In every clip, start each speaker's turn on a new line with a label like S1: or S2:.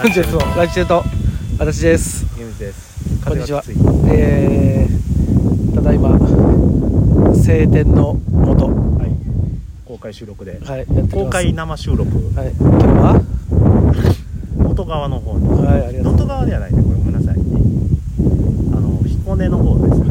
S1: 本日もラジチェルと私です
S2: ゲームズです
S1: こんにちは
S2: 風がきつい
S1: えー、ただいま晴天のもと、
S2: はい公開収録で
S1: はい、やっております
S2: 公開生収録
S1: はい、今日は
S2: 元川の方に
S1: はいありがと
S2: 能
S1: う
S2: 登川ではないねこれごめんなさいあの彦根の方ですね、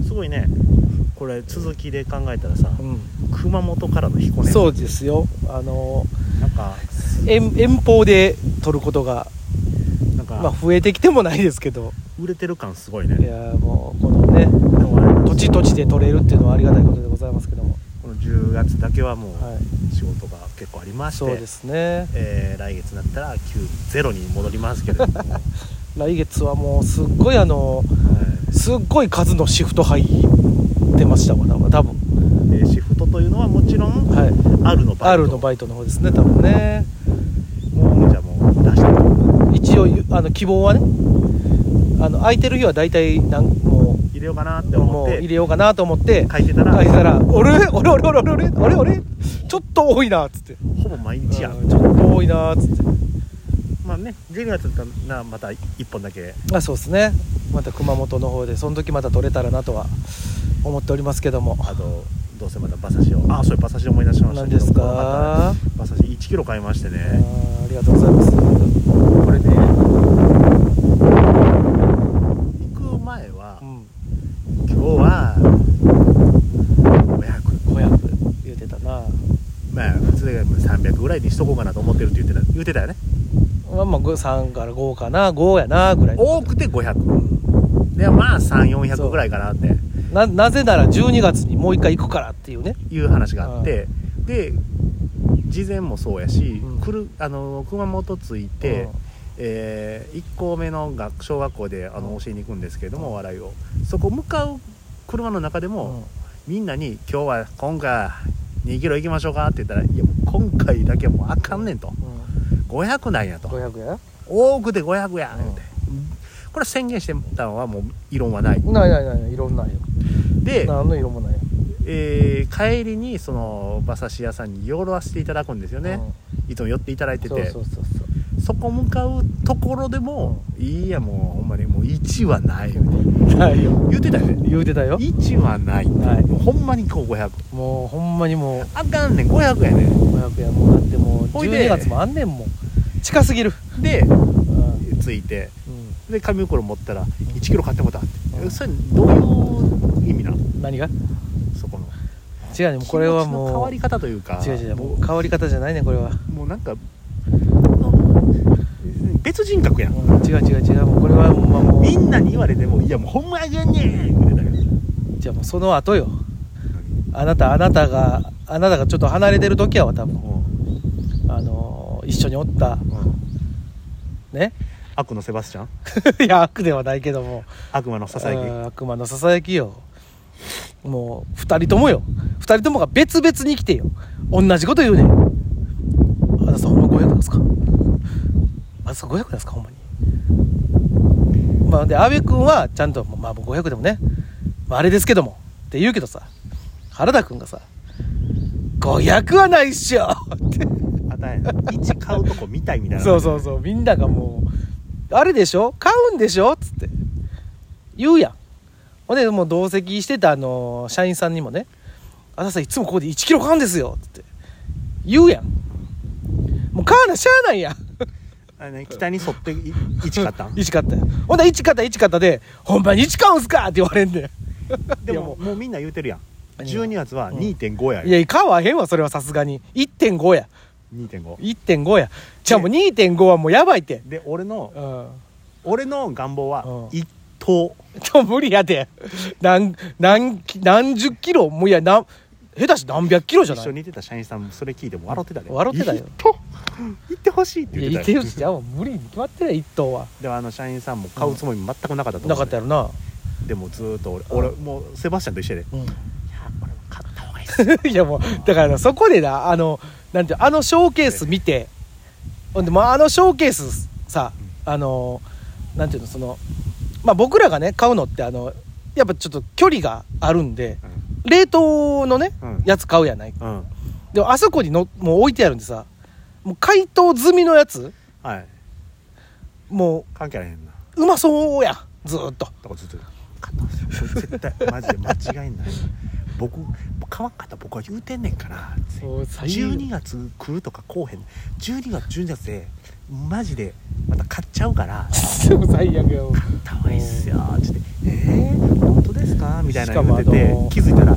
S1: は
S2: すごいねこれ続きで考えたらさ
S1: う
S2: 熊本からの彦
S1: ん、
S2: 根
S1: そうですよあの
S2: なんか
S1: 遠遠方で撮ることが、
S2: なんか、
S1: まあ、増えてきてもないですけど
S2: 売れてる感すごい
S1: い
S2: ね
S1: やーもうこのね
S2: でもあれなんです
S1: 土地土地で撮れるっていうのはありがたいことでございますけども、
S2: この10月だけはも
S1: は
S2: う仕事が結構ありま
S1: い、
S2: して、
S1: そうですね
S2: えー来月になったら9ゼロに戻りますけれども、はい
S1: 来月はもうすっごいあのすっごい数のシフト入ってましたわ多分
S2: えーシフトというのはもちろん
S1: はい
S2: R のバイト
S1: R のバイトの方ですね多分ね
S2: もうじゃあもう出して入
S1: 一応ゆあの希望はねあの空いてる日は大体なんも
S2: れようかなって
S1: うも
S2: 思っ
S1: う
S2: て
S1: 入れようかなと思って
S2: 書いてたら
S1: 書いてたら「俺俺俺俺俺俺俺ちょっと多いな」っつって
S2: ほぼ毎
S1: 「
S2: 日やん
S1: うんちょっと多いな」っつって
S2: まあね12月だったらまた1本だけ
S1: あそうですねまた熊本の方でその時また取れたらなとは思っておりますけども
S2: あとどうせまた馬刺しをあそういう馬刺し思い出しました
S1: 何
S2: けど
S1: です
S2: また
S1: か
S2: 馬刺し1キロ買いまして
S1: あ
S2: ね
S1: ーありがとうございます
S2: これね行く前は
S1: うん
S2: 今日は500
S1: 小籔言うてたな
S2: まあ普通で300ぐらいにしとこうかなと思ってるって言ってた言ってたよね
S1: まあまあご3から5かな5やなぐらい
S2: 多くて500でまあ3400ぐらいかなって
S1: ななぜなら12月にもう一回行くからっていうね
S2: いう話があって、で事前もそうやし、
S1: うん
S2: 来るあの熊本着いて、え1校目の学小学校であの
S1: うん
S2: 教えに行くんですけれども、
S1: うん
S2: 笑いをそこ向かう車の中で
S1: うん
S2: も、みんなに「今日は今回2キロ行きましょうか」って言ったら「いやもう今回だけはもうあかんねん」と
S1: うん
S2: 「500なんや」と
S1: 500や
S2: 「多くて500や」
S1: うん
S2: 言うて、これ宣言してたのはもう異論はない
S1: ないないないない色ないよ
S2: で、
S1: 何の色もないよ
S2: えー帰りにその馬刺し屋さんに寄らせていただくんですよね、いつも寄っていただい
S1: うん
S2: てて
S1: そうそうそうそう
S2: そこ向かうところでも、いいやもうほんまにもう1はない
S1: ないよ
S2: 言ってたよね
S1: 言うてたよ
S2: 1はない、
S1: ない
S2: もうほんまにこう500
S1: もうほんまにもう
S2: あかんねん500やねん
S1: 500やもうだってもう
S2: ほいで
S1: 12月もあんねんもん近すぎる
S2: で
S1: うん
S2: 着いて
S1: うん
S2: で紙袋持ったら1キロ買ってもうたって、
S1: うん
S2: それどういう意味なの
S1: 何が
S2: そこの
S1: 違うねこれは
S2: 気持ちの変
S1: も
S2: わ
S1: う
S2: り方というか
S1: 違う違うも
S2: も
S1: う変わり方じゃないねこれは
S2: うもうなんか別人格やん
S1: うん違う違う違うもうこれはほんまもう
S2: みんなに言われても「いやもうほんまあげんねん!」って言ってたよ
S1: じゃあもうその後よあなたあなたがあなたがちょっと離れてる時やわ多分あのー一緒におったね
S2: 悪のセバスチャン
S1: いや悪ではないけども
S2: 悪魔のささやき
S1: うん悪魔のささやきよもう二人ともよ二人ともが別々に来てよ同じこと言うねんあなたほんま500なんですかあなた500なんですかほんまにまあで阿部君はちゃんとまあもう500でもね、まあ、あれですけどもって言うけどさ原田君がさ500はないっしょって
S2: あたやな1買うとこ見たいみたいな
S1: そうそうそうみんながもうあれでしょ買うんでしょっつって言うやんほんでもう同席してたあの社員さんにもね「あなたさんいつもここで1キロ買うんですよ」っつって言うやんもう買わなしゃあないやん
S2: あれね北に沿って1買ったん
S1: 1買ったよほんだら1買った1買ったで「ほんまに1買うんすか!」って言われんね
S2: で
S1: いや
S2: も
S1: も
S2: もうみんな言うてるやん
S1: 何が
S2: 12月は2.5や
S1: んいや
S2: よ
S1: 買わへんわそれはさすがに1.5や
S2: 2.5
S1: 1.5やじゃあもう2.5はもうやばいって
S2: で俺の
S1: うん
S2: 俺の願望は
S1: うん
S2: 1等
S1: と無理やで何何キ何十キロもういやな下手し何百キロじゃ
S2: 一
S1: ない
S2: 緒にいてた社員さんもそれ聞いても笑ってたで
S1: 笑ってたよ
S2: 1等行ってほしいって
S1: い
S2: 言
S1: や
S2: ってた
S1: いて
S2: よ
S1: るしじゃあもう無理に決まってるやん一頭は
S2: でもあの社員さんも買うつもり全くなかったと思う
S1: なかったやろな、
S2: でもずーっと俺俺もうセバスチャンと一緒やでいやこれも買った方がいいっ す
S1: いやもうだからなそこでなあのなんていうあのショーケース見てほんでもうあのショーケースさあのなんていうのそのまあ僕らがね買うのってあのやっぱちょっと距離があるんで冷凍のね、
S2: うん
S1: やつ買うやない
S2: うん
S1: でもあそこにのもう置いてあるんでさもう解凍済みのやつ
S2: はい
S1: も
S2: 関係あらへんな
S1: ううまそうやずーっと
S2: だからずっと勝ったんですよこれ絶対マジで間違いない僕かわんかったら僕は言うてんねんから12月来るとか来おへん12月12月でマジでまた買っちゃうから
S1: 最悪やもう
S2: 「かわいいっすよ」っつって「えー、本当ですか?」みたいなの言うて
S1: しか
S2: て
S1: もあの
S2: 気づいたら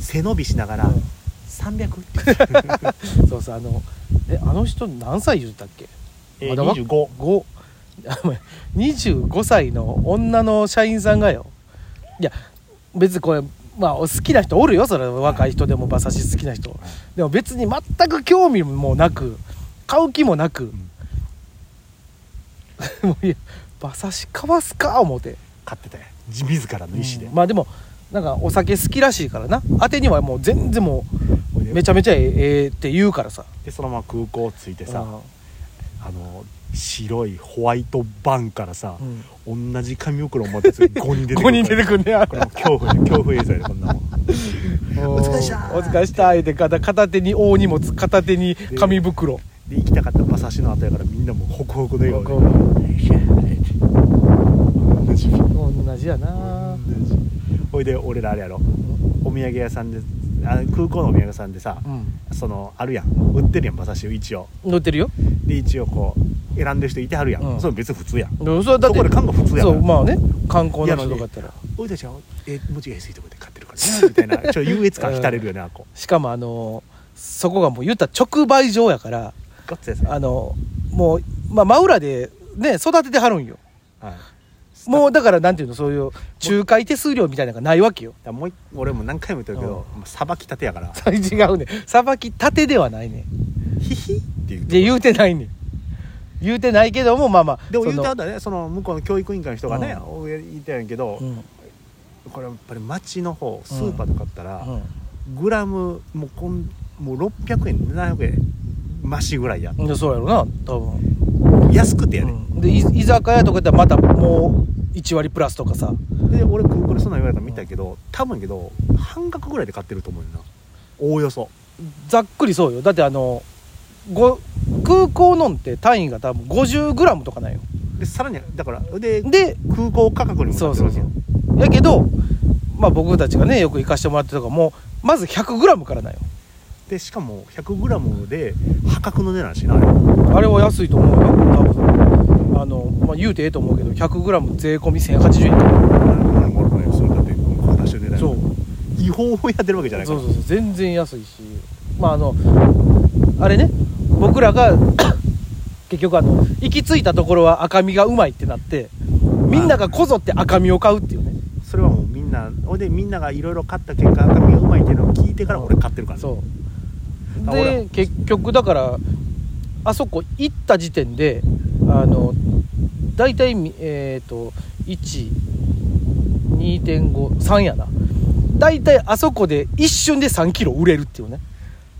S2: 背伸びしながら
S1: うん
S2: 「300」って
S1: そうそうあのえあの人何歳言ったっけ
S2: えー
S1: まだわ
S2: 25
S1: 5あごめん25歳の女の社員さんがよいや別にこれまあお好きな人おるよそれ若い人でも馬刺し好きな人でも別に全く興味もなく買う気もなく、 もういや馬刺しかわすか思て
S2: 買ってたよ自自らの意思で、
S1: まあでもなんかお酒好きらしいからな当てにはもう全然も
S2: ほいうで
S1: めちゃめちゃええええって言うからさ
S2: でそのまま空港着いてさ、
S1: うん
S2: あの白いホワイトバンからさ、
S1: うん
S2: 同じ紙袋を持って5人 出て
S1: 5人出てくんねや
S2: これもう恐怖恐怖映像やでこんなもん
S1: お
S2: 疲れっした
S1: お疲れっした言うて片片手に大荷物片手に紙袋
S2: で行きたかった馬刺しの後やからみんなもうホクホクの笑顔で同じ
S1: 同じやな
S2: ほいで俺らあれやろお土産屋さんであ空港のお土産屋さんでさ、
S1: うん
S2: そのあるやん売ってるやん馬刺しを一応
S1: 乗ってるよ
S2: で一応こう選んでる人いてはるやん、
S1: うん
S2: それ別に普通やん
S1: でもそれはだって
S2: そこで缶が普通やか
S1: そ
S2: ら
S1: うまあね観光なのによかったら
S2: 俺たちはえ文字が安いところで買ってるから なみたいなちょっと優越感浸れるよねあこ
S1: しかもあのそこがもう言ったら直売所やから
S2: ガッツやさ
S1: あのもう、まあ、真裏でね育ててはるんよ
S2: はい
S1: もうだからなんていうのそういう仲介手数料みたいなのがないわけよ
S2: だからもう一俺も何回も言ってるけどもうさばきたてやから
S1: それ違うねさばきたてではないね
S2: ヒヒっていう
S1: で言うてないね言うてないけどもまあまあ
S2: でも言うて
S1: そ
S2: は
S1: の
S2: ったねその向こうの教育委員会の人がね、
S1: う
S2: 俺言ったんやけど、
S1: うん
S2: これやっぱり町の方スーパーとかあったら、
S1: うん
S2: グラムもうこんもう600円700円マシぐらいや
S1: いやそうやろな多分、
S2: 安くてやで、
S1: うんでい居酒屋とかやったらまたもう1割プラスとかさ
S2: で俺空港でそんなん言われたの見たけど多分やけど半額ぐらいで買ってると思うよなおおよそ
S1: ざっくりそうよだってあのご空港のんって単位が多分 50g とかなんよ
S2: でさらにだからで
S1: で
S2: 空港価格にも
S1: そ
S2: な
S1: う
S2: って
S1: そ
S2: るわ
S1: う
S2: け
S1: そ
S2: よ
S1: うやけどまあ僕たちがねよく行かしてもらってたとかもうまず 100g からなんよ
S2: でしかも 100g で破格の値段やしなあれ
S1: あれは安いと思うよ多分あの、まあ、言うてええと思うけど 100g 税込み1080円とか
S2: 何も悪くないよそれだって話してる値段
S1: そう
S2: 違法をやってるわけじゃないか
S1: そ
S2: ら
S1: うそうそう全然安いしまああのあれね僕らが 結局あの行き着いたところは赤身がうまいってなってみんながこぞって赤身を買うっていうね
S2: それはもうみんなほいでみんながいろいろ買った結果赤身がうまいっていうのを聞いてから俺買ってるから、ね、
S1: そう
S2: あ俺
S1: で結局だからあそこ行った時点であの大体みえっ、と1.2.53やな大体あそこで一瞬で3キロ売れるっていうね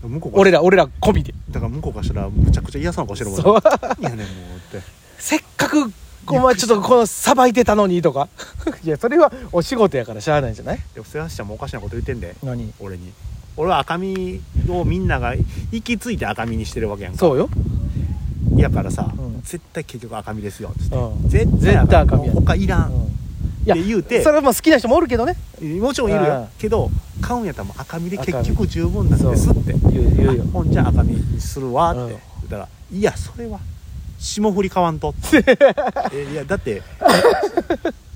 S2: 向こうから
S1: 俺ら俺ら込みで
S2: だから向こうからしたらむちゃくちゃ嫌そうな顔してるもん
S1: そう
S2: いやねんもうって
S1: せっかくお前ちょっとこのさばいてたのにとか いやそれはお仕事やからしゃあないんじゃない
S2: でも瀬橋ちゃんもおかしなこと言ってんで
S1: 何
S2: 俺に俺は赤身をみんなが行き着いて赤身にしてるわけやんか
S1: そうよ
S2: いやからさ、
S1: うん
S2: 絶対結局赤身ですよっつって、
S1: うん
S2: 絶対
S1: 絶対赤身や
S2: もう他いらん、
S1: いや
S2: って言うて
S1: それはまあ好きな人もおるけどね
S2: もちろんいる
S1: あ
S2: よ
S1: あ
S2: けど買うんやったらもう赤身で
S1: 赤身
S2: 結局十分なんですって
S1: 言う言うよ
S2: あほんじゃ赤身にするわって、
S1: うん
S2: 言ったら「いやそれは霜降り買わんと」 えいやだって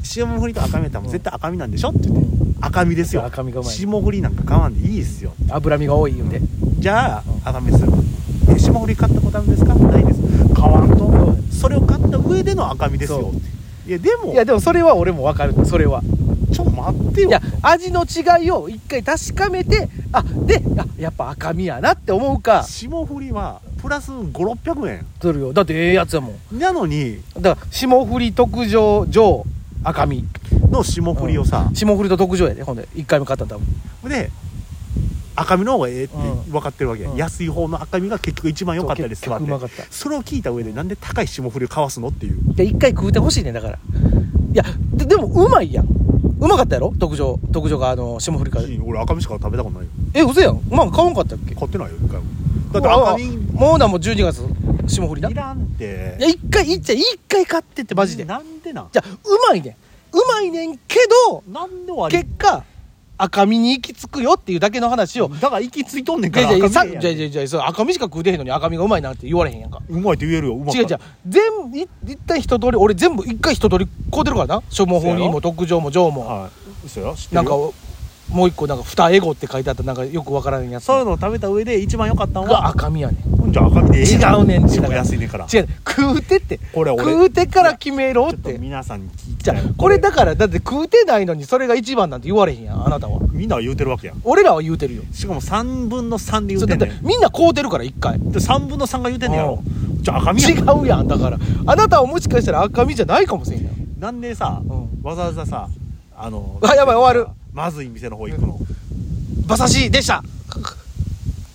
S2: 霜降りと赤身やったらもう絶対赤身なんでしょ?」って言って「赤身ですよ
S1: 赤身がうまい
S2: 霜降りなんか買わんでいいっすよ
S1: 脂身が多い言うて
S2: じゃあ赤身するえ霜降り買ったことあるんですか?」ないです買わんとそれを買った上での赤身ですよ
S1: そ
S2: っていやでも
S1: いやでもそれは俺も分かるそれは
S2: ちょっと待ってよ
S1: いや味の違いを一回確かめてあであやっぱ赤身やなって思うか
S2: 霜降りはプラス5600円
S1: するよだってええやつやもん
S2: なのに
S1: だから霜降り特上上赤身
S2: の霜降りをさ、
S1: 霜降りと特上やでほんで1回目買ったん多分
S2: で赤身の方がええって
S1: うん
S2: 分かってるわけ、
S1: うん
S2: 安い方の赤身が結局一番良かったです
S1: そう
S2: わっ
S1: 結
S2: て
S1: 局うまかった
S2: それを聞いた上でなんで高い霜降りをかわすのっていう
S1: で一回食うてほしいねだからいやででもうまいやんうまかったやろ特上特上があの霜降りから
S2: 俺赤身しか食べたことないよ
S1: え嘘やんうまん買わんかったっけ
S2: 買ってないよ一回もだって赤身
S1: もうなもう12月霜降りない
S2: いらんって
S1: や一回いっちゃん一回買ってってマジでじゃ
S2: なんでなん
S1: あうまいねんうまいねんけど
S2: なんで割
S1: 結果赤身に行き着くよっていうだけの話を
S2: だから息ついとんねん
S1: じ
S2: か
S1: ゃ
S2: ら
S1: じゃ
S2: 赤
S1: さ
S2: 身
S1: じ
S2: や
S1: ゃ
S2: ん
S1: じゃじゃそう赤身しか食うてへんのに赤身がうまいなんて言われへんやんか
S2: うまいって言えるようまい
S1: 違う違う全部い一旦一通り俺全部一回一通り買うてるからな消防法にも特上も上も
S2: はい嘘よ知ってる
S1: なんか
S2: よ
S1: もう一個なんか二エゴって書いてあったなんかよくわからんやつ
S2: そういうのを食べた上で一番良かったの
S1: が
S2: は
S1: 赤身やねん
S2: じゃあ赤身でええや
S1: 違うねん違う
S2: 一番安いねんからち
S1: 違う食うてって
S2: これ俺
S1: 食うてから決めろ
S2: ょ
S1: っ
S2: っと
S1: て
S2: 皆さんに聞いて
S1: じゃあこれだからだって食うてないのにそれが一番なんて言われへんやんあなたは
S2: みんなは言うてるわけやん
S1: 俺らは言うてるよ
S2: しかも3分の3で言
S1: そうう
S2: て
S1: だっ
S2: んね
S1: て
S2: ん
S1: みんな買うてるから一回
S2: で3分の3が言うてんねんやろじゃあ赤身やん
S1: 違うやんだからあなたはもしかしたら赤身じゃないかもしれんやん
S2: なんでさ、
S1: うん
S2: わざわざさあの
S1: あやばい終わる
S2: まずい店の方行くの、
S1: 馬刺しでした